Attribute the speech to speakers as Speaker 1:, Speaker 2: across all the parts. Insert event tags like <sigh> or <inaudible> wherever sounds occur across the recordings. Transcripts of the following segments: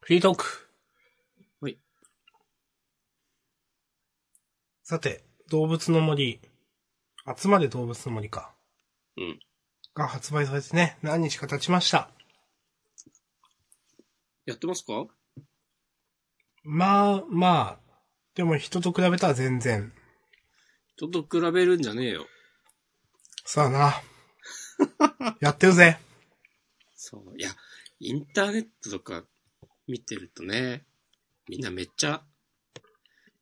Speaker 1: フリートーク。
Speaker 2: さて、動物の森、集まれ動物の森か。
Speaker 1: うん。
Speaker 2: が発売されてね、何日か経ちました。
Speaker 1: やってますか
Speaker 2: まあ、まあ、でも人と比べたら全然。
Speaker 1: 人と比べるんじゃねえよ。
Speaker 2: さあな。
Speaker 1: <laughs>
Speaker 2: やってるぜ。
Speaker 1: そう。いや、インターネットとか見てるとね、みんなめっちゃ、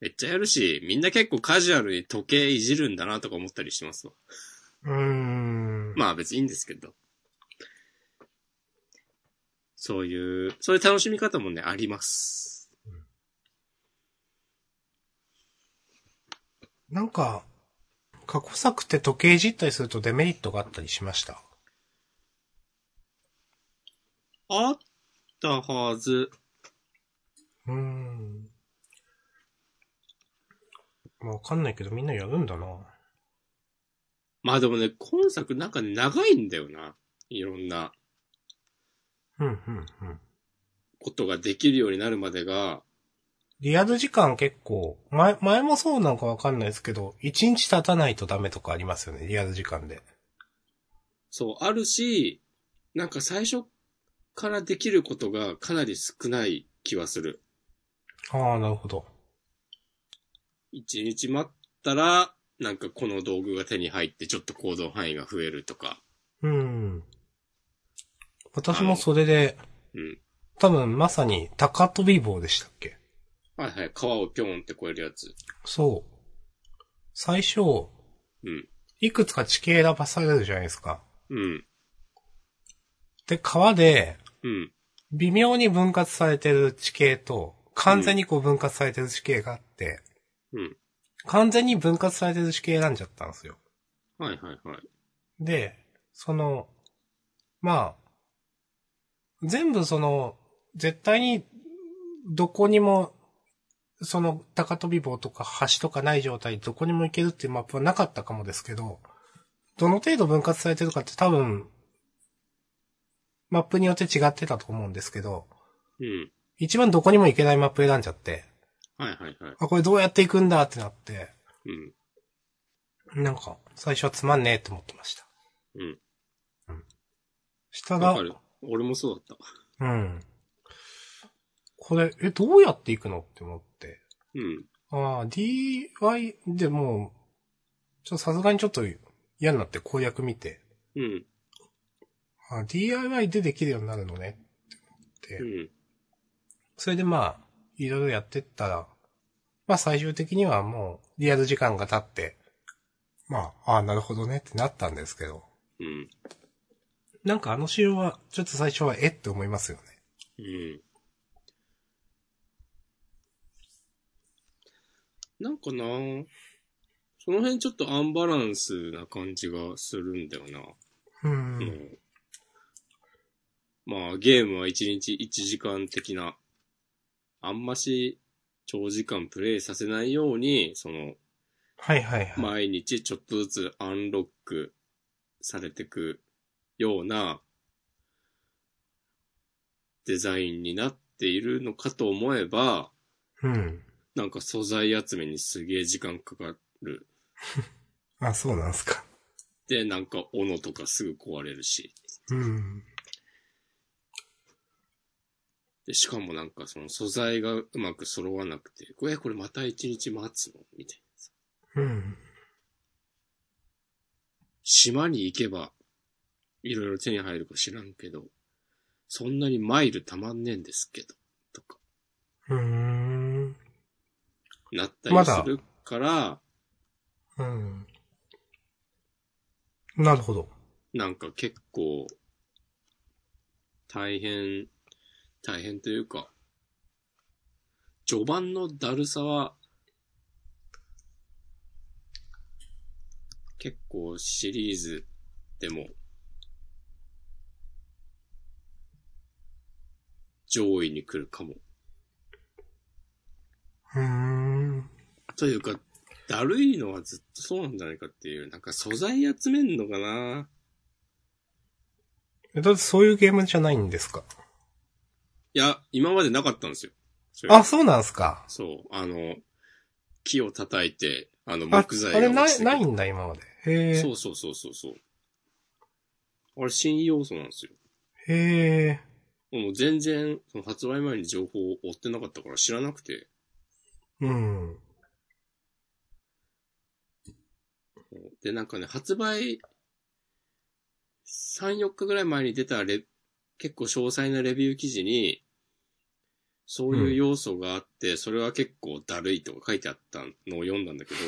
Speaker 1: めっちゃやるし、みんな結構カジュアルに時計いじるんだなとか思ったりしますわ。
Speaker 2: うーん。
Speaker 1: まあ別にいいんですけど。そういう、そういう楽しみ方もね、あります。
Speaker 2: なんか、過去作って時計いじったりするとデメリットがあったりしました。
Speaker 1: あったはず。
Speaker 2: うーん。まあわかんないけどみんなやるんだな。
Speaker 1: まあでもね、今作なんかね、長いんだよな。いろんな
Speaker 2: うん、うん、うん。
Speaker 1: ことができるようになるまでが、
Speaker 2: リアル時間結構、前、前もそうなのかわかんないですけど、1日経たないとダメとかありますよね、リアル時間で。
Speaker 1: そう、あるし、なんか最初からできることがかなり少ない気はする。
Speaker 2: ああ、なるほど。
Speaker 1: 一日待ったら、なんかこの道具が手に入ってちょっと行動範囲が増えるとか。
Speaker 2: うん。私もそれで、
Speaker 1: うん。
Speaker 2: 多分まさに高飛び棒でしたっけ
Speaker 1: はいはい、川をぴょんって越えるやつ。
Speaker 2: そう。最初、
Speaker 1: うん。
Speaker 2: いくつか地形選ばされるじゃないですか。
Speaker 1: うん。
Speaker 2: で、川で、
Speaker 1: うん。
Speaker 2: 微妙に分割されてる地形と、完全にこう分割されてる地形があって、
Speaker 1: うん。
Speaker 2: 完全に分割されてる地形選んじゃったんですよ。
Speaker 1: はいはいはい。
Speaker 2: で、その、まあ、全部その、絶対に、どこにも、その、高飛び棒とか橋とかない状態でどこにも行けるっていうマップはなかったかもですけど、どの程度分割されてるかって多分、マップによって違ってたと思うんですけど、
Speaker 1: うん。
Speaker 2: 一番どこにも行けないマップ選んじゃって、
Speaker 1: はいはいはい。
Speaker 2: あ、これどうやって行くんだってなって、
Speaker 1: うん。
Speaker 2: なんか、最初はつまんねえって思ってました。
Speaker 1: うん。
Speaker 2: したら
Speaker 1: わか、る。俺もそうだった。
Speaker 2: うん。これ、え、どうやっていくのって思って。
Speaker 1: うん。
Speaker 2: ああ、DI でもう、ちょっとさすがにちょっと嫌になって公約見て、
Speaker 1: うん。
Speaker 2: あー DIY でできるようになるのねって
Speaker 1: う
Speaker 2: 思って、
Speaker 1: ん。
Speaker 2: それでまあ、いろいろやってったら、まあ最終的にはもう、リアル時間が経って、まあ、ああ、なるほどねってなったんですけど、
Speaker 1: うん。
Speaker 2: なんかあの仕様は、ちょっと最初はえって思いますよね。
Speaker 1: うん。なんかなその辺ちょっとアンバランスな感じがするんだよな。
Speaker 2: う。
Speaker 1: うんん、まあ、ゲームは1日1時間的な、あんまし長時間プレイさせないように、その、
Speaker 2: はいはいはい。
Speaker 1: 毎日ちょっとずつアンロックされてくようなデザインになっているのかと思えば、
Speaker 2: うん。
Speaker 1: なんか素材集めにすげえ時間かかる。
Speaker 2: あ、そうなんすか。
Speaker 1: で、なんか斧とかすぐ壊れるし。
Speaker 2: うん。
Speaker 1: で、しかもなんかその素材がうまく揃わなくて、これ、これまた一日待つのみたいな。
Speaker 2: うん。
Speaker 1: 島に行けば、いろいろ手に入るか知らんけど、そんなにマイルたまんねえんですけど、とか。
Speaker 2: うーん。
Speaker 1: なったりするから、
Speaker 2: うん。なるほど。
Speaker 1: なんか結構、大変、大変というか、序盤のだるさは、結構シリーズでも、上位に来るかも。
Speaker 2: うーん。
Speaker 1: というか、だるいのはずっとそうなんじゃないかっていう、なんか素材集めんのかな
Speaker 2: えだってそういうゲームじゃないんですか。
Speaker 1: いや、今までなかったんですよ。それ
Speaker 2: あ、そうなんすか。
Speaker 1: そう。あの、木を叩いて、あの、
Speaker 2: あ
Speaker 1: 木材が
Speaker 2: あれな
Speaker 1: 落ち
Speaker 2: い、
Speaker 1: て
Speaker 2: ないんだ、今まで。へ
Speaker 1: そ
Speaker 2: え。
Speaker 1: うそうそうそうそう。あれ、新要素なんですよ。
Speaker 2: へえ。
Speaker 1: もう全然、その発売前に情報を追ってなかったから知らなくて、
Speaker 2: うん。
Speaker 1: で、なんかね、発売3、4日ぐらい前に出たレ、結構詳細なレビュー記事に、そういう要素があって、それは結構だるいとか書いてあったのを読んだんだけど、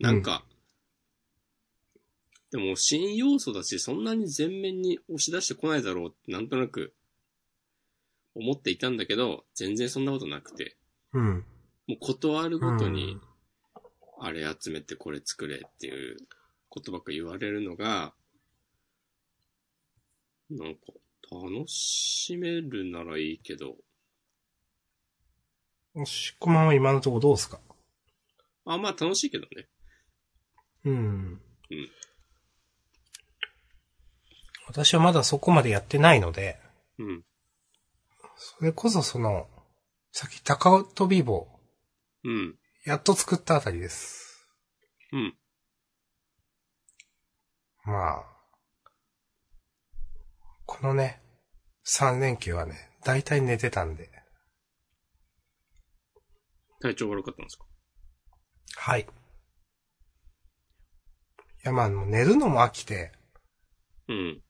Speaker 1: なんか、でも新要素だし、そんなに前面に押し出してこないだろうってなんとなく思っていたんだけど、全然そんなことなくて、
Speaker 2: うん。
Speaker 1: もう断るごとに
Speaker 2: うん、
Speaker 1: あれ集めてこれ作れっていうことばっか言われるのが、なんか、楽しめるならいいけど、
Speaker 2: おしこまんは今のところどうですか
Speaker 1: あ、まあ楽しいけどね。
Speaker 2: うん。
Speaker 1: うん
Speaker 2: 私はまだそこまでやってないので、
Speaker 1: うん。
Speaker 2: それこそその、さっき高飛び棒、
Speaker 1: うん。
Speaker 2: やっと作ったあたりです。
Speaker 1: うん。
Speaker 2: まあ、このね、3連休はね、だいたい寝てたんで、
Speaker 1: 体調悪かったんですか
Speaker 2: はい。いやまあ、もう寝るのも飽きて、
Speaker 1: うん。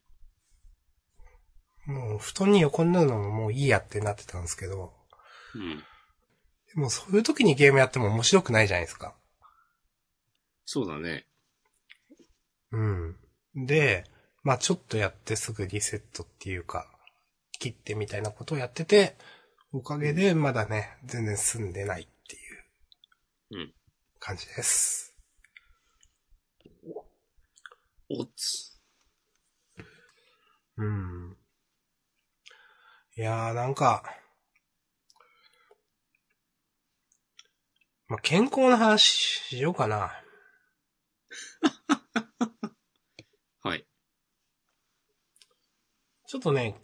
Speaker 2: もう布団に横になるのももういいやってなってたんですけど、
Speaker 1: うん。
Speaker 2: でもそういう時にゲームやっても面白くないじゃないですか。
Speaker 1: そうだね。
Speaker 2: うん。で、まあちょっとやってすぐリセットっていうか、切ってみたいなことをやってて、おかげでまだね、全然済んでないっていううん感じです。
Speaker 1: おつ。
Speaker 2: うん。いやーなんか、まあ健康の話しようかな。
Speaker 1: はい。
Speaker 2: ちょっとね、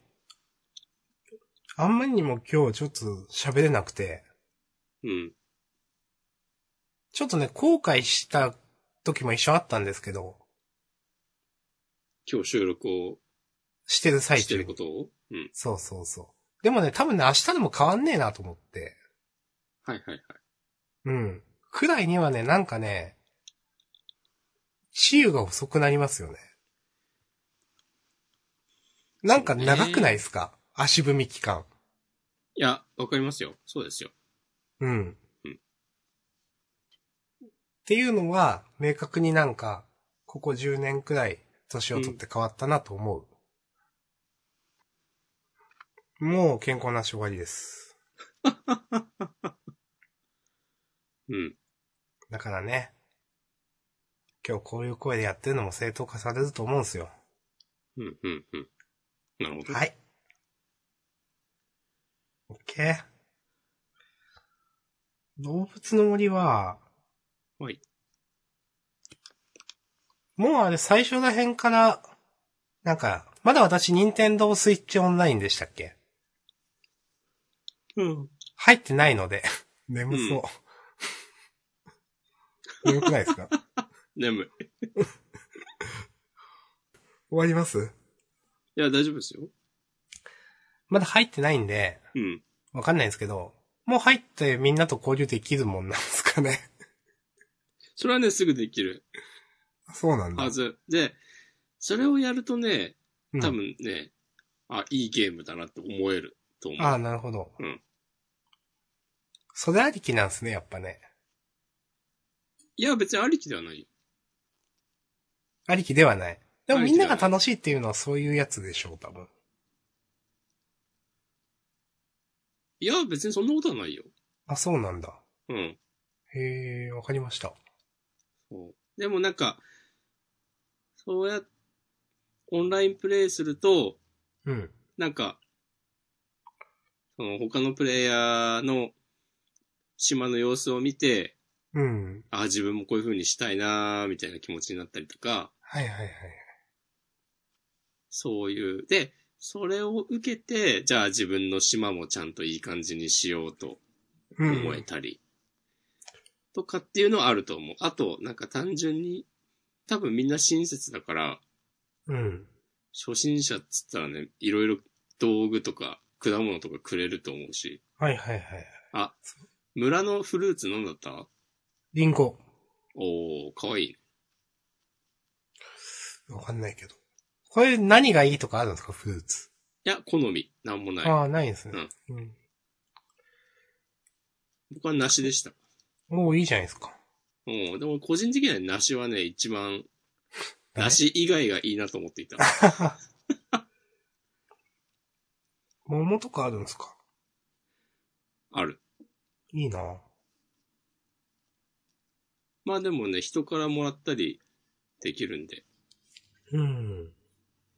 Speaker 2: あんまりにも今日ちょっと喋れなくて、
Speaker 1: うん。
Speaker 2: ちょっとね、後悔した時も一緒あったんですけど、
Speaker 1: 今日収録を
Speaker 2: してる最
Speaker 1: して
Speaker 2: 中
Speaker 1: るこ
Speaker 2: に。
Speaker 1: とを、うん。
Speaker 2: そうそうそう。でもね、多分ね、明日でも変わんねえなと思って。
Speaker 1: はいはいはい。
Speaker 2: うん。くらいにはね、なんかね、治癒が遅くなりますよね。なんか長くないですか、足踏み期間。
Speaker 1: いや、わかりますよ。そうですよ。
Speaker 2: うん。
Speaker 1: うん
Speaker 2: っていうのは、明確になんか、ここ10年くらい、年を取って変わったなと思う。もう健康なし終わりです。
Speaker 1: うん。
Speaker 2: だからね、今日こういう声でやってるのも正当化されると思うんですよ。
Speaker 1: うん、うん、うん。なるほど。
Speaker 2: はい。OK。動物の森は、
Speaker 1: はい。
Speaker 2: もうあれ最初ら辺から、なんか、まだ私、任天堂スイッチオンラインでしたっけ
Speaker 1: うん。
Speaker 2: 入ってないので、 <laughs> 眠そう。眠くないですか終
Speaker 1: 眠い。
Speaker 2: わります
Speaker 1: いや、大丈夫ですよ。
Speaker 2: まだ入ってないんで、
Speaker 1: うん。
Speaker 2: わかんないんですけど、もう入ってみんなと交流できるもんなんですかね。
Speaker 1: それはね、すぐできる
Speaker 2: そうなん
Speaker 1: はず。で、それをやるとね、
Speaker 2: うん
Speaker 1: 多分ね、あ、いいゲームだなって思えると思う。
Speaker 2: ああ、なるほど。
Speaker 1: うん。
Speaker 2: それありきなんですね、やっぱね。
Speaker 1: いや、別にありきではないよ。
Speaker 2: ありきではない。でも
Speaker 1: あ
Speaker 2: み
Speaker 1: りき
Speaker 2: ん
Speaker 1: で
Speaker 2: な
Speaker 1: はない
Speaker 2: が楽しいっていうのはそういうやつでしょう、多分。
Speaker 1: いや、別にそんなことはないよ。
Speaker 2: あ、そうなんだ。
Speaker 1: うん。
Speaker 2: へえ、わかりました。
Speaker 1: そうでもなんか、そうや、オンラインプレイすると、
Speaker 2: うん。
Speaker 1: なんか、その他のプレイヤーの島の様子を見て、
Speaker 2: うん。
Speaker 1: あ、自分もこういう風にしたいなーみたいな気持ちになったりとか、
Speaker 2: はいはいはい。
Speaker 1: そういう。で、それを受けて、じゃあ自分の島もちゃんといい感じにしようと
Speaker 2: う
Speaker 1: 思えたり、とかっていうのはあると思う。あと、なんか単純に、多分みんな親切だから、
Speaker 2: うん。
Speaker 1: 初心者っつったらね、いろいろ道具とか果物とかくれると思うし、
Speaker 2: はいはいはい。
Speaker 1: 村のフルーツ飲んだった
Speaker 2: リンゴ。
Speaker 1: おー、かわいいね。
Speaker 2: わかんないけど。これ何がいいとかあるんですかフルーツ。
Speaker 1: いや、好み。なんもない。
Speaker 2: ああ、ないんですね。うん。
Speaker 1: 僕は梨でした。
Speaker 2: もういいじゃないですか。
Speaker 1: うん。でも個人的には梨 <laughs> はね、一番、梨以外がいいなと思っていた。
Speaker 2: 桃とかあるんですか
Speaker 1: ある。
Speaker 2: いいな
Speaker 1: まあでもね、人からもらったりできるんで。
Speaker 2: うん。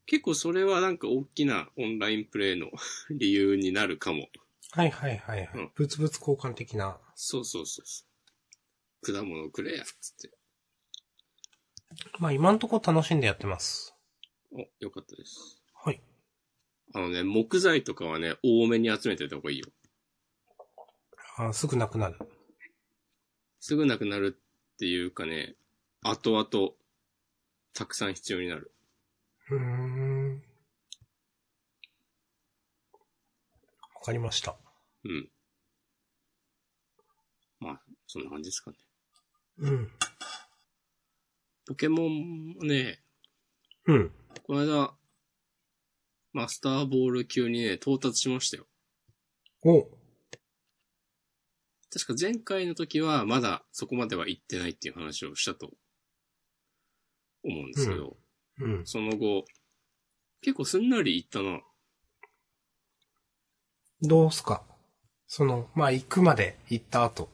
Speaker 1: 結構それはなんか大きなオンラインプレイの <laughs> 理由になるかも。
Speaker 2: はいはいはいは
Speaker 1: う
Speaker 2: い
Speaker 1: ん。
Speaker 2: 物々交換的な。
Speaker 1: そうそうそうそう。果物くれや、つって。
Speaker 2: まあ今んとこ楽しんでやってます。
Speaker 1: お、よかったです。
Speaker 2: はい。
Speaker 1: あのね、木材とかはね、多めに集めておいた方がいいよ。
Speaker 2: あーすぐなくなる。
Speaker 1: すぐなくなるっていうかね、後々、たくさん必要になる。
Speaker 2: うーん。わかりました。
Speaker 1: うん。まあ、そんな感じですかね。
Speaker 2: うん。
Speaker 1: ポケモンもね、
Speaker 2: うん。
Speaker 1: この間、マスターボール級にね、到達しましたよ。
Speaker 2: お
Speaker 1: 確か前回の時はまだそこまでは行ってないっていう話をしたと思うんですけど、
Speaker 2: うん。
Speaker 1: その後、結構すんなり行ったな。
Speaker 2: どうすかその、まあ行くまで行った後。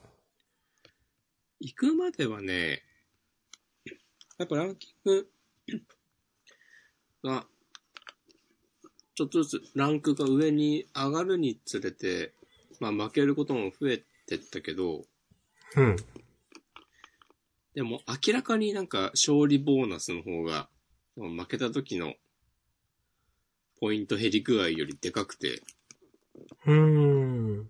Speaker 1: 行くまではね、やっぱランキング <coughs> が、ちょっとずつランクが上に上がるにつれて、まあ負けることも増えてったけど、
Speaker 2: うん。
Speaker 1: でも明らかになんか勝利ボーナスの方が、負けた時のポイント減り具合よりでかくて、
Speaker 2: うーん。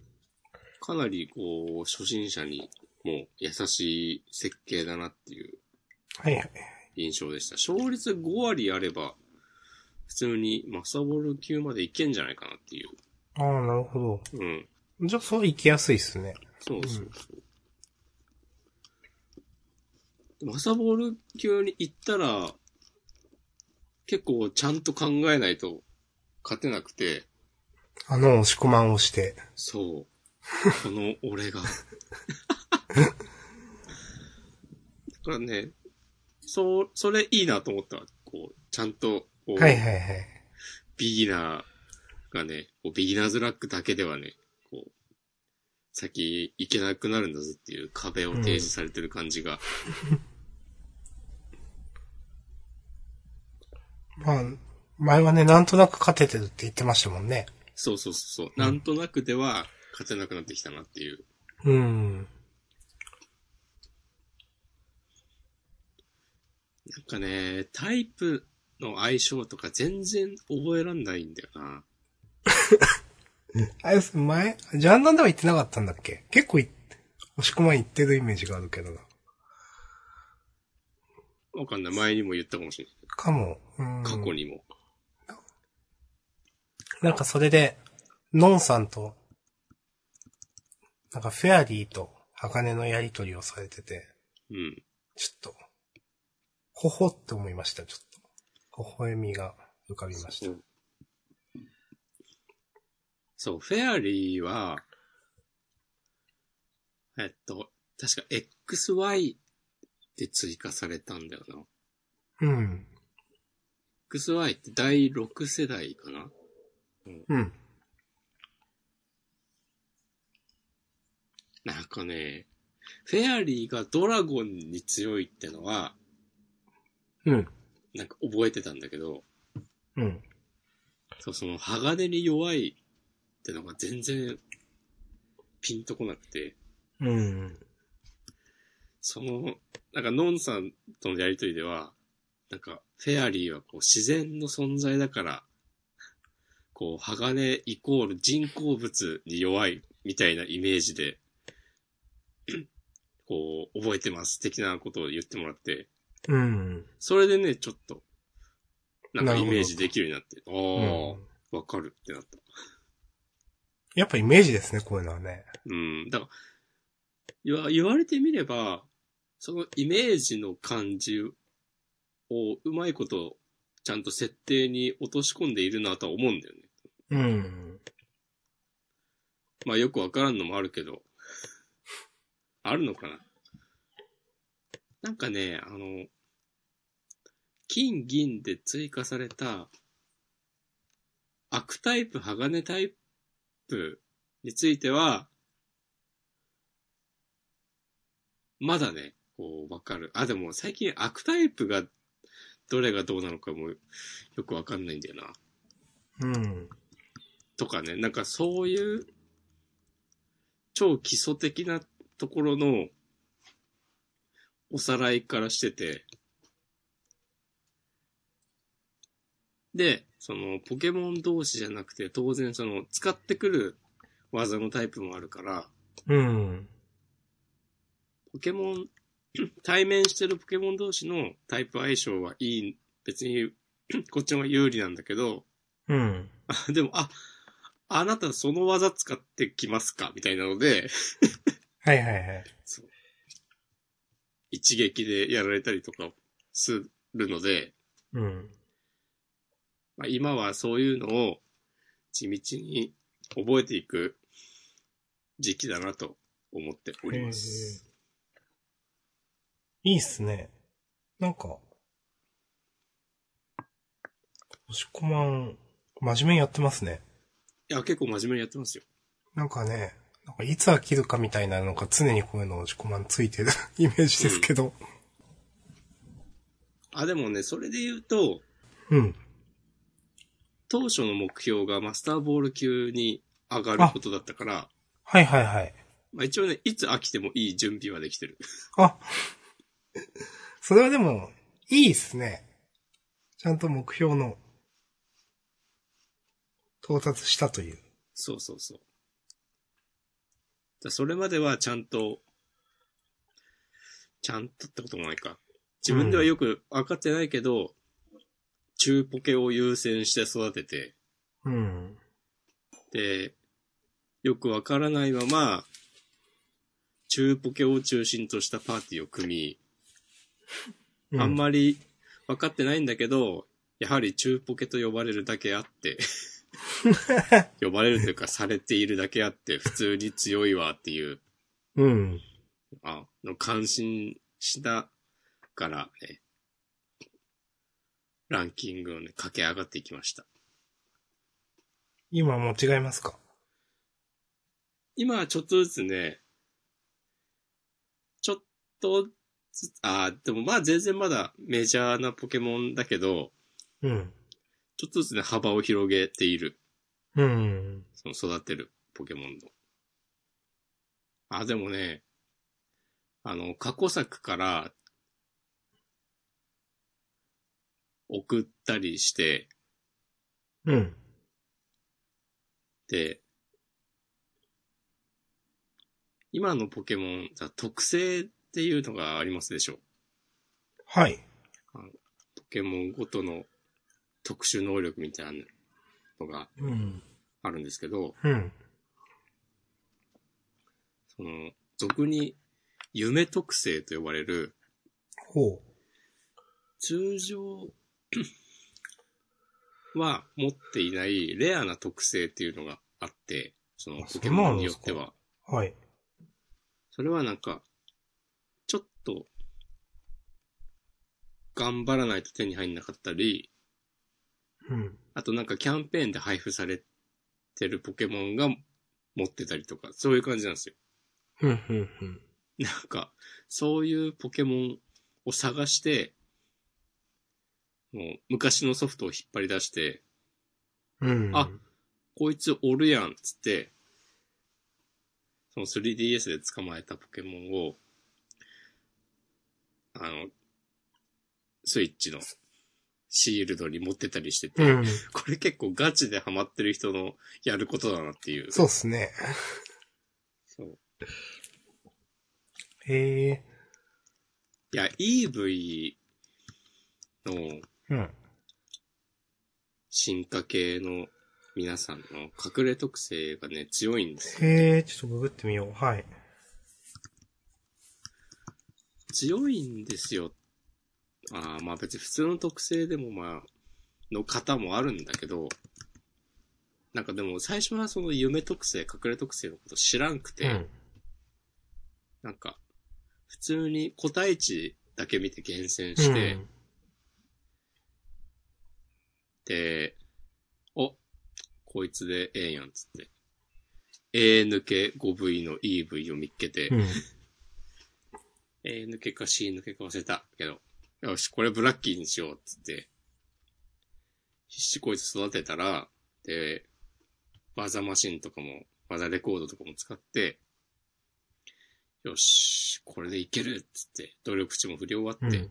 Speaker 1: かなりこう、初心者にも優しい設計だなっていう
Speaker 2: はいはい。
Speaker 1: 印象でした。勝率5割あれば、普通にマサボル級までいけんじゃないかなっていう。
Speaker 2: ああ、なるほ
Speaker 1: うん。
Speaker 2: ど。じゃあ、そう行きやすいっすね。
Speaker 1: そうそうそう。マサボル級に行ったら、結構ちゃんと考えないと勝てなくて、
Speaker 2: あの、押し込まんをして。
Speaker 1: そう。この俺が。だからね、そう、それいいなと思った。こう、ちゃんと、こう、
Speaker 2: はいはいはい。
Speaker 1: ビギナーがね、こうビギナーズラックだけではね、こう、先行けなくなるんだぞっていう壁を提示されてる感じが、
Speaker 2: まあ、前はね、なんとなく勝ててるって言ってましたもんね。
Speaker 1: そうそうそうそう、なんとなくでは勝てなくなってきたなっていう。
Speaker 2: うん。
Speaker 1: なんかね、タイプの相性とか全然覚えらんないんだよな。
Speaker 2: あれです、前、ジャンダンでは行ってなかったんだっけ結構い、押し込まん行ってるイメージがあるけどな。
Speaker 1: わかんない。前にも言ったかもしれない。
Speaker 2: かも。うん。
Speaker 1: 過去にも。
Speaker 2: なんかそれで、ノンさんと、なんかフェアリーと、鋼のやりとりをされてて、
Speaker 1: うん。
Speaker 2: ちょっと、ほほって思いました、ちょっと。微笑みが浮かびました。
Speaker 1: そう、フェアリーは、えっと、確か XY で追加されたんだよな。
Speaker 2: うん。
Speaker 1: XY って第6世代かな
Speaker 2: うん。
Speaker 1: なんかね、フェアリーがドラゴンに強いってのは、
Speaker 2: うん。
Speaker 1: なんか覚えてたんだけど、
Speaker 2: うん。
Speaker 1: そう、その鋼に弱いってのが全然ピンとこなくて、
Speaker 2: うん。
Speaker 1: その、なんか、ノンさんとのやりとりでは、なんか、フェアリーはこう、自然の存在だから、こう、鋼イコール人工物に弱いみたいなイメージで、こう、覚えてます的なことを言ってもらって、
Speaker 2: うん。
Speaker 1: それでね、ちょっと、なん
Speaker 2: な
Speaker 1: か
Speaker 2: る
Speaker 1: イ
Speaker 2: ほど
Speaker 1: メージできるようになって、
Speaker 2: うん
Speaker 1: ああ、わかるってなった。
Speaker 2: やっぱイメージですね、こういうのはね。
Speaker 1: うん。だから、言わ言われてみれば、そのイメージの感じをうまいこと、ちゃんと設定に落とし込んでいるなとは思うんだよね。
Speaker 2: うん。
Speaker 1: まあよくわからんのもあるけど。あるのかななんかね、あの、金銀で追加された、悪タイプ、鋼タイプについては、まだね、こう、わかる。あ、でも最近悪タイプが、どれがどうなのかもよくわかんないんだよな。
Speaker 2: うん。
Speaker 1: とかね、なんかそういう、超基礎的なところの、おさらいからしてて、で、その、ポケモン同士じゃなくて、当然その、使ってくる技のタイプもあるから、
Speaker 2: うん。
Speaker 1: ポケモン、 <clears throat> 対面してるポケモン同士のタイプ相性はいい、別に、 <clears throat> こっちの方が有利なんだけど、
Speaker 2: うん。
Speaker 1: <laughs> でも、あ、あなたその技使ってきますかみたいなので、 <laughs>
Speaker 2: はいはいはい。
Speaker 1: 一撃でやられたりとかするので、
Speaker 2: うん。
Speaker 1: まあ、今はそういうのを地道に覚えていく時期だなと思っております。
Speaker 2: いいっすね。なんか、押し込まん、真面目にやってますね。
Speaker 1: いや、結構真面目にやってますよ。
Speaker 2: なんかね、なんかいつ飽きるかみたいなのが常にこういうの押し込まんついてる <laughs> イメージですけど。
Speaker 1: あ、でもね、それで言うと、
Speaker 2: うん。
Speaker 1: 当初の目標がマスターボール級に上がることだったから、
Speaker 2: はいはいはい。
Speaker 1: まあ一応ね、いつ飽きてもいい準備はできてる。
Speaker 2: あ、それはでも、いいっすね。ちゃんと目標の、到達したという。
Speaker 1: そうそうそう。だそれまではちゃんと、ちゃんとってこともないか。自分ではよく分かってないけど、中ポケを優先して育てて、
Speaker 2: うん。
Speaker 1: で、よくわからないまま、中ポケを中心としたパーティーを組み、あんまり分かってないんだけど、やはり中ポケと呼ばれるだけあって、呼ばれるというかされているだけあって、普通に強いわっていう、
Speaker 2: うん。
Speaker 1: あの、感心したから、ね、ランキングをね、駆け上がっていきました。
Speaker 2: 今もう違いますか
Speaker 1: 今はちょっとずつね、ちょっとずつ、あーでもまあ全然まだメジャーなポケモンだけど、
Speaker 2: うん。
Speaker 1: ちょっとずつね、幅を広げている。
Speaker 2: うん。
Speaker 1: その育てるポケモンの。あ、でもね、あの、過去作から送ったりして、
Speaker 2: うん。
Speaker 1: で、今のポケモン、さ特性っていうのがありますでしょう。
Speaker 2: はい。
Speaker 1: ポケモンごとの特殊能力みたいなのが
Speaker 2: うん。
Speaker 1: あるんですけど、
Speaker 2: うん。
Speaker 1: その、俗に夢特性と呼ばれる、
Speaker 2: ほ
Speaker 1: 通常は持っていないレアな特性っていうのがあって、その
Speaker 2: あ
Speaker 1: ポケモ
Speaker 2: そうなん
Speaker 1: ンに
Speaker 2: で
Speaker 1: よ
Speaker 2: す
Speaker 1: っ
Speaker 2: か
Speaker 1: ては。
Speaker 2: う。はい。
Speaker 1: それはなんか、ちょっと、頑張らないと手に入んなかったり、
Speaker 2: うん。
Speaker 1: あとなんかキャンペーンで配布されてるポケモンが持ってたりとか、そういう感じなんですよ。 <laughs>
Speaker 2: うん、うん、うん。
Speaker 1: なんか、そういうポケモンを探して、もう昔のソフトを引っ張り出して、
Speaker 2: うん。
Speaker 1: あこいつおるやんっつって、その 3DS で捕まえたポケモンを、あの、スイッチのシールドに持ってたりしてて、
Speaker 2: うん。
Speaker 1: これ結構ガチでハマってる人のやることだなっていう。
Speaker 2: そうですね。
Speaker 1: そう
Speaker 2: へえ。
Speaker 1: いや、EV の
Speaker 2: うん。
Speaker 1: 進化系の皆さんの隠れ特性がね、強いんですよ
Speaker 2: へえ、ちょっとググってみよう。はい。
Speaker 1: 強いんですよ。ああ、まあ別に普通の特性でもまあ、の方もあるんだけど、なんかでも最初はその夢特性、隠れ特性のこと知らんくて、
Speaker 2: うん。
Speaker 1: なんか、普通に個体値だけ見て厳選して、
Speaker 2: うん
Speaker 1: で、お、こいつでええやんっつって。A 抜け 5V の EV を見っけて、
Speaker 2: うん。
Speaker 1: A 抜けか C 抜けか忘れたけど、よし、これブラッキーにしようっつって、必死こいつ育てたら、で、技マシンとかも、技レコードとかも使って、よし、これでいけるっつって、努力値も振り終わって、
Speaker 2: うん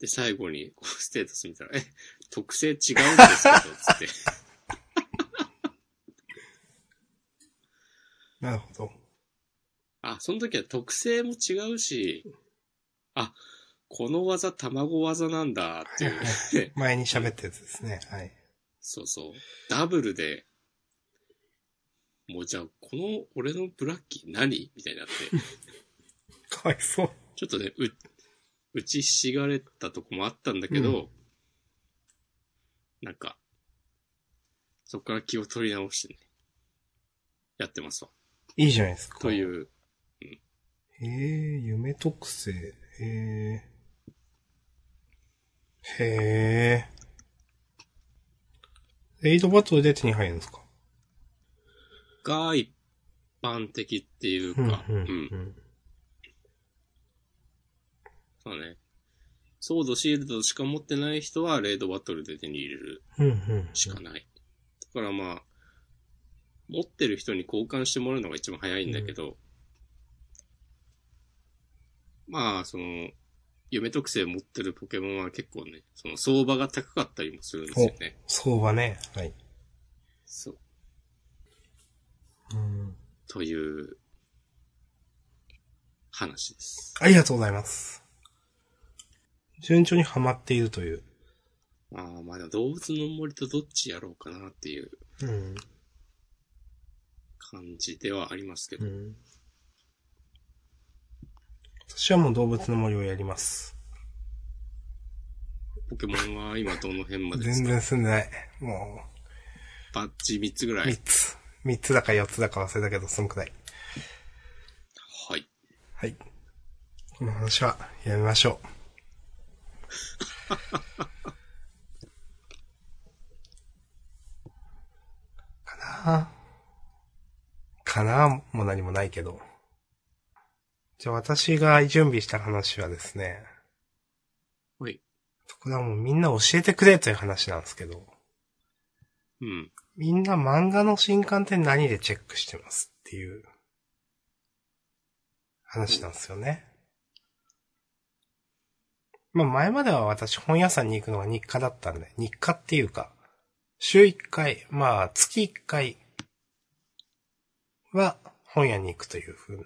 Speaker 1: で、最後に、こう、ステータス見たら、え、特性違うんですけど、つって。 <laughs>
Speaker 2: なるほど。
Speaker 1: あ、その時は特性も違うし、あ、この技、卵技なんだ、っていう。
Speaker 2: 前に喋ったやつですね。はい。
Speaker 1: そうそう。ダブルで、もうじゃあ、この、俺のブラッキー何みたいにな
Speaker 2: <laughs>
Speaker 1: って、
Speaker 2: <laughs> かわいそう。
Speaker 1: ちょっとね、う、打ちひしがれたとこもあったんだけど、
Speaker 2: う
Speaker 1: なんか、そこから気を取り直してね、やってますわ。
Speaker 2: いいじゃないですか。
Speaker 1: という、
Speaker 2: へえ、夢特性。へえ。へえ。エイドバトルで手に入るんですか
Speaker 1: が一般的っていうか、
Speaker 2: うん
Speaker 1: うん。そうね。ソード、シールドしか持ってない人は、レイドバトルで手に入れる
Speaker 2: うんうん
Speaker 1: しかない。だからまあ、持ってる人に交換してもらうのが一番早いんだけど、まあ、その、夢特性持ってるポケモンは結構ね、その相場が高かったりもするんですよね。
Speaker 2: 相場ね。はい。
Speaker 1: そう。
Speaker 2: うん。
Speaker 1: という、話です。
Speaker 2: ありがとうございます。順調にハマっているという。
Speaker 1: まあまあでも動物の森とどっちやろうかなっていう
Speaker 2: うん。
Speaker 1: 感じではありますけど。
Speaker 2: うん。私はもう動物の森をやります。
Speaker 1: ポケモンは今どの辺までです
Speaker 2: 全
Speaker 1: か
Speaker 2: 然住んでない。も
Speaker 1: バッジ3つぐ
Speaker 2: う、
Speaker 1: らい
Speaker 2: 3。つ。3つだか4つだか忘れたけど、そのくらい。
Speaker 1: はい。
Speaker 2: はい。この話はやめましょう。 <laughs> かなあかなあも何もないけど。じゃあ私が準備した話はですね、
Speaker 1: はい。
Speaker 2: これはもうみんな教えてくれという話なんですけど、
Speaker 1: うん。
Speaker 2: みんな漫画の新刊って何でチェックしてますっていう話なんですよね。まあ前までは私本屋さんに行くのが日課だったんで、日課っていうか、週1回、まあ月1回は本屋に行くという風な。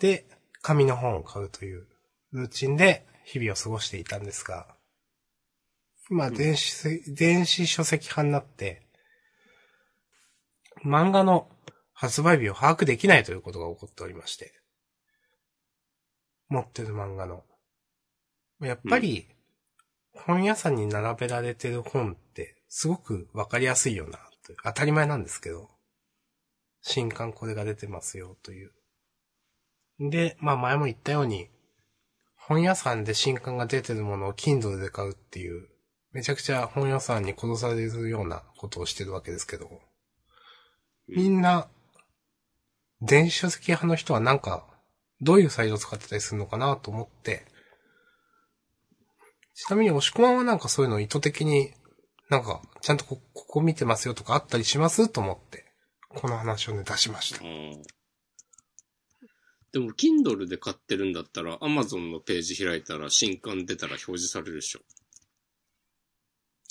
Speaker 2: で、紙の本を買うというルーチンで日々を過ごしていたんですが、今
Speaker 1: ん
Speaker 2: 電子、電子書籍派になって、漫画の発売日を把握できないということが起こっておりまして。持ってる漫画の。やっぱり、本屋さんに並べられてる本って、すごくわかりやすいよな、という当たり前なんですけど、新刊これが出てますよ、という。で、まあ前も言ったように、本屋さんで新刊が出てるものを Kindle で買うっていう、めちゃくちゃ本屋さんに殺されるようなことをしてるわけですけど、
Speaker 1: うん
Speaker 2: みんな、電子書籍派の人はなんか、どういうサイトを使ってたりするのかなと思って、ちなみに押し込まんはなんかそういうのを意図的になんか、ちゃんとこ、ここ見てますよとかあったりしますと思って、この話をね、出しました。
Speaker 1: でも、Kindle で買ってるんだったら、Amazon のページ開いたら、新刊出たら表示されるでしょ。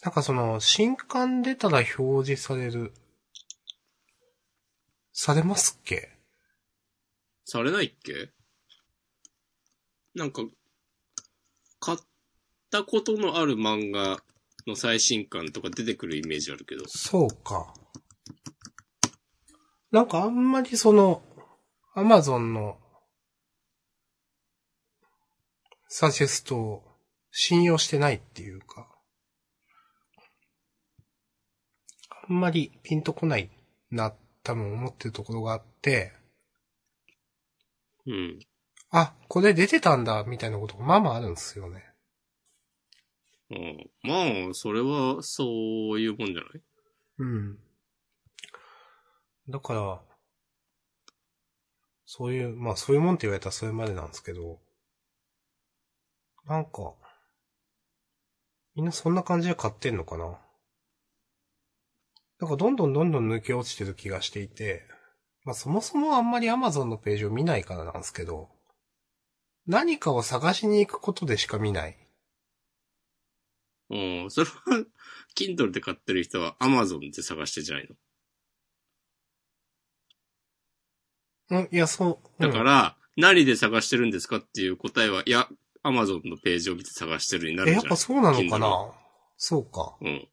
Speaker 2: なんかその、新刊出たら表示される。されますっけ
Speaker 1: されないっけなんか、買ったことのある漫画の最新刊とか出てくるイメージあるけど。
Speaker 2: そうか。なんかあんまりその、アマゾンの、サジェストを信用してないっていうか、あんまりピンとこないな、多分思ってるところがあって、
Speaker 1: うん。
Speaker 2: あ、これ出てたんだ、みたいなことがまあまああるんですよね。
Speaker 1: うん、まあ、それは、そういうもんじゃない
Speaker 2: うん。だから、そういう、まあそういうもんって言われたらそれまでなんですけど、なんか、みんなそんな感じで買ってんのかななんかどんどんどんどん抜け落ちてる気がしていて、まあそもそもあんまり Amazon のページを見ないからなんですけど、何かを探しに行くことでしか見ない。
Speaker 1: うん、それは、Kindle で買ってる人は Amazon で探してんじゃないの。
Speaker 2: うん、いや、そう。
Speaker 1: だから、何で探してるんですかっていう答えは、いや、Amazon のページを見て探してるにな
Speaker 2: うん
Speaker 1: る
Speaker 2: え、
Speaker 1: んじ
Speaker 2: やっ
Speaker 1: ゃない
Speaker 2: ぱそうなのか
Speaker 1: Kindle
Speaker 2: なそうか。
Speaker 1: うん。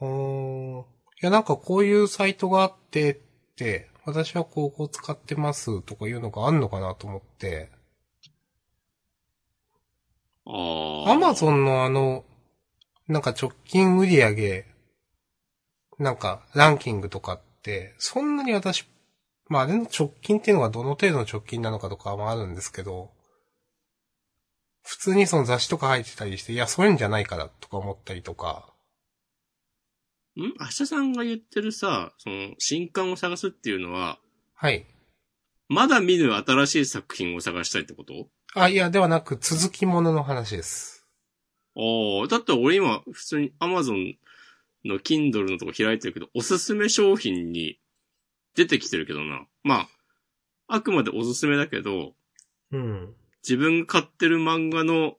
Speaker 2: うーん。いや、なんかこういうサイトがあってって、私はこうこう使ってますとかいうのがあんのかなと思って、
Speaker 1: ああ。
Speaker 2: アマゾンのあの、なんか直近売り上げ、なんかランキングとかって、そんなに私、まああれの直近っていうのがどの程度の直近なのかとかもあるんですけど、普通にその雑誌とか入ってたりして、いや、そういうんじゃないからとか思ったりとか、
Speaker 1: ん明日さんが言ってるさ、その、新刊を探すっていうのは、
Speaker 2: はい。
Speaker 1: まだ見ぬ新しい作品を探したいってこと
Speaker 2: あ、いや、ではなく続きものの話です。
Speaker 1: ああ、だって俺今、普通に Amazon の Kindle のとこ開いてるけど、おすすめ商品に出てきてるけどな。まあ、あくまでおすすめだけど、
Speaker 2: うん。
Speaker 1: 自分が買ってる漫画の、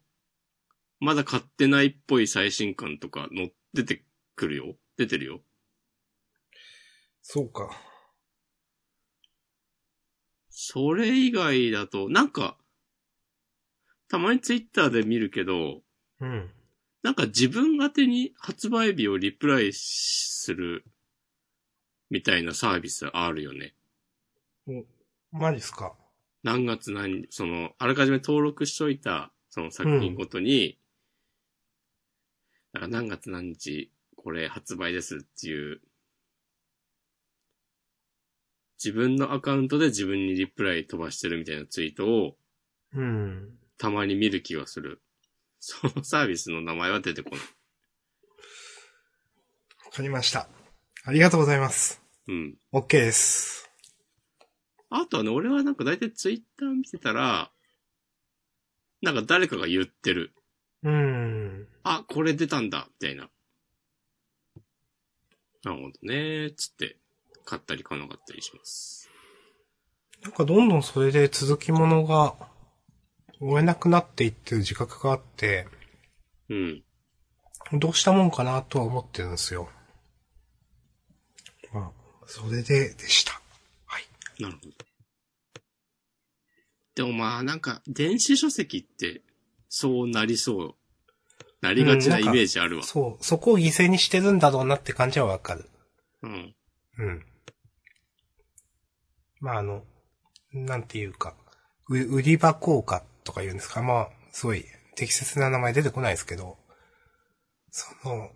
Speaker 1: まだ買ってないっぽい最新刊とかの、出てくるよ。出てるよ。
Speaker 2: そうか。
Speaker 1: それ以外だと、なんか、たまにツイッターで見るけど、
Speaker 2: うん。
Speaker 1: なんか自分宛てに発売日をリプライするみたいなサービスあるよね。
Speaker 2: マジっすか。
Speaker 1: 何月何日、その、あらかじめ登録しといた、その作品ごとに、なんか何月何日、これ発売ですっていう、自分のアカウントで自分にリプライ飛ばしてるみたいなツイートを
Speaker 2: うん。
Speaker 1: たまに見る気がする。そのサービスの名前は出てこない。
Speaker 2: わかりました。ありがとうございます。
Speaker 1: うん。
Speaker 2: OK です。
Speaker 1: あとはね、俺はなんか大体ツイッター見てたら、なんか誰かが言ってる。
Speaker 2: うん。
Speaker 1: あ、これ出たんだ、みたいな。なるほどね、つって、買ったり買わなかったりします。
Speaker 2: なんかどんどんそれで続きものが追えなくなっていってる自覚があって、
Speaker 1: うん。
Speaker 2: どうしたもんかなとは思ってるんですよ。まあ、それででした。はい。
Speaker 1: なるほど。でもまあ、なんか、電子書籍って、そうなりそう。なりがちな
Speaker 2: うん
Speaker 1: イ
Speaker 2: なんか
Speaker 1: メージあるわ。
Speaker 2: そう、そこを犠牲にしてるんだろうなって感じはわかる。
Speaker 1: うん。
Speaker 2: うん。まあ、あの、なんていうか、う売り場効果とか言うんですか。まあ、すごい適切な名前出てこないですけど、その、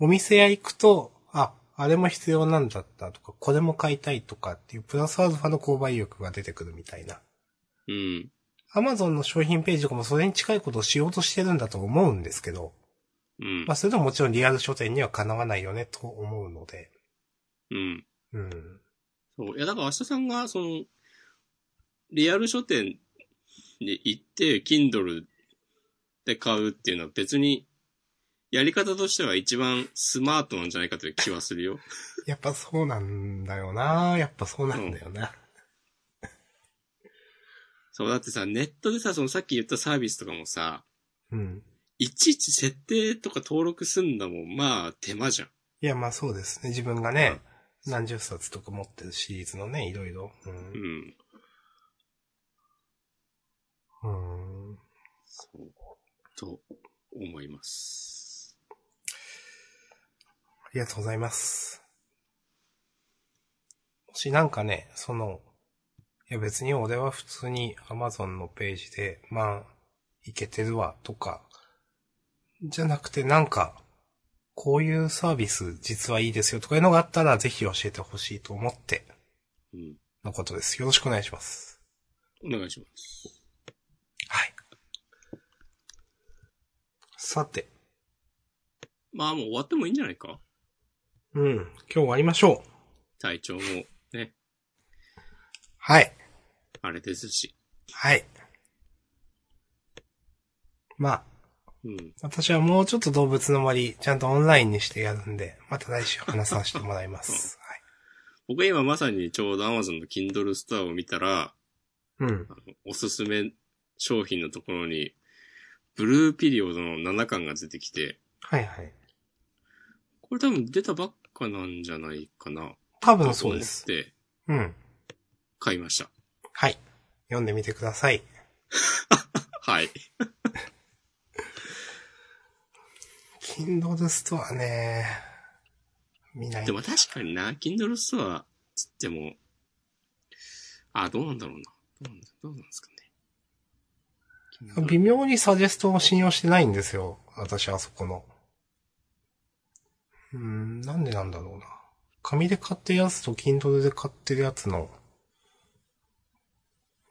Speaker 2: お店屋行くと、あ、あれも必要なんだったとか、これも買いたいとかっていうプラスアルファの購買意欲が出てくるみたいな。
Speaker 1: うん。
Speaker 2: アマゾンの商品ページとかもそれに近いことをしようとしてるんだと思うんですけど、
Speaker 1: うん
Speaker 2: まあ、。それでももちろんリアル書店にはかなわないよねと思うので、
Speaker 1: うん。
Speaker 2: うん。
Speaker 1: そう。いや、だから明日さんが、その、リアル書店に行って、Kindle で買うっていうのは別に、やり方としては一番スマートなんじゃないかという気はするよ。
Speaker 2: やっぱそうなんだよなやっぱそうなんだよな。
Speaker 1: そう、だってさ、ネットでさ、そのさっき言ったサービスとかもさ、
Speaker 2: うん。
Speaker 1: いちいち設定とか登録すんのも、まあ、手間じゃん。
Speaker 2: いや、まあそうですね。自分がね、何十冊とか持ってるシリーズのね、いろいろ。う。
Speaker 1: うんん。
Speaker 2: うん、
Speaker 1: そう。と、思います。
Speaker 2: ありがとうございます。もしなんかね、その、いや別に俺は普通に Amazon のページで、まあ、いけてるわ、とか、じゃなくてなんか、こういうサービス実はいいですよとかいうのがあったらぜひ教えてほしいと思って
Speaker 1: うん。
Speaker 2: のことです。よろしくお願いします。
Speaker 1: お願いします。
Speaker 2: はい。さて、
Speaker 1: まあ、もう終わってもいいんじゃないか
Speaker 2: うん、今日終わりましょう。
Speaker 1: 体調も、ね、
Speaker 2: はい。
Speaker 1: あれですし。
Speaker 2: はい。まあ、
Speaker 1: うん。
Speaker 2: 私はもうちょっと動物の森、ちゃんとオンラインにしてやるんで、また来週話させてもらい <laughs> ます。
Speaker 1: 僕今まさにちょうど Amazon の Kindle ストアを見たら、
Speaker 2: はい。うん。
Speaker 1: おすすめ商品のところに、ブルーピリオドの7巻が出てきて、
Speaker 2: はいはい。
Speaker 1: これ多分出たばっかなんじゃないかな。
Speaker 2: 多分そうです。
Speaker 1: と思って
Speaker 2: うん。
Speaker 1: 買いました。
Speaker 2: はい。読んでみてください。
Speaker 1: はい。
Speaker 2: Kindle ストアね、見ない
Speaker 1: で。も確かにな、Kindle ストアつっても、あ、どうなんだろうな。どうなんだどうなんですかね。
Speaker 2: 微妙にサジェストを信用してないんですよ。私はそこの。うーん、なんでなんだろうな。紙で買ってるやつと Kindle で買ってるやつの、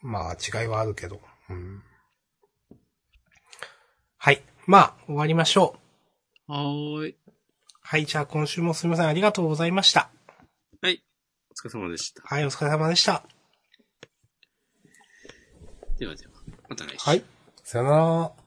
Speaker 2: まあ違いはあるけど。うん、はい。まあ、終わりましょう。
Speaker 1: はーい。
Speaker 2: はい、じゃあ今週もすみません。ありがとうございました。
Speaker 1: はい。お疲れ様でした。
Speaker 2: はい、お疲れ様でした。
Speaker 1: ではでは、また来週。
Speaker 2: はい。さよなら。